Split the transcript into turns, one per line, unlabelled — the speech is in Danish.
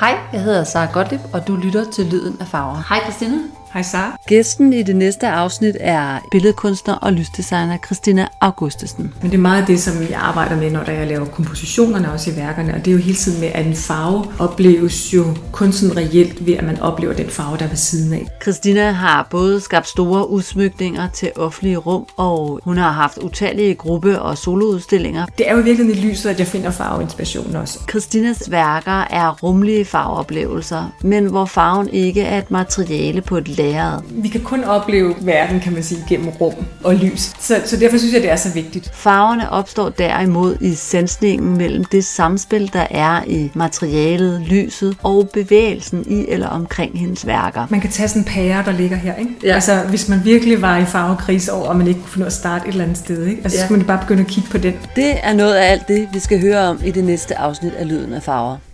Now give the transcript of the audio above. Hej, jeg hedder Sara Gottlieb, og du lytter til Lyden af Farver.
Hej Christina.
Hej Sara.
Gæsten i det næste afsnit er billedkunstner og lysdesigner Christina Augustesen.
Men det er meget det, som jeg arbejder med, når jeg laver kompositionerne også i værkerne, og det er jo hele tiden med, at en farve opleves jo kun sådan reelt ved, at man oplever den farve, der er ved siden af.
Christina har både skabt store udsmykninger til offentlige rum, og hun har haft utallige gruppe- og soloudstillinger.
Det er jo virkelig i lyset, at jeg finder farveinspiration også.
Christinas værker er rumlige farveoplevelser, men hvor farven ikke er et materiale på et lærred.
Vi kan kun opleve verden, kan man sige, gennem rum og lys. Så, så derfor synes jeg, det er så vigtigt.
Farverne opstår derimod i sansningen mellem det samspil, der er i materialet, lyset og bevægelsen i eller omkring hendes værker.
Man kan tage sådan en pære, der ligger her, ikke?
Ja.
Altså, hvis man virkelig var i farvekris over, og man ikke kunne finde ud af at starte et eller andet sted, ikke? Altså,
Ja.
så skulle man bare begynde at kigge på den.
Det er noget af alt det, vi skal høre om i det næste afsnit af Lyden af Farver.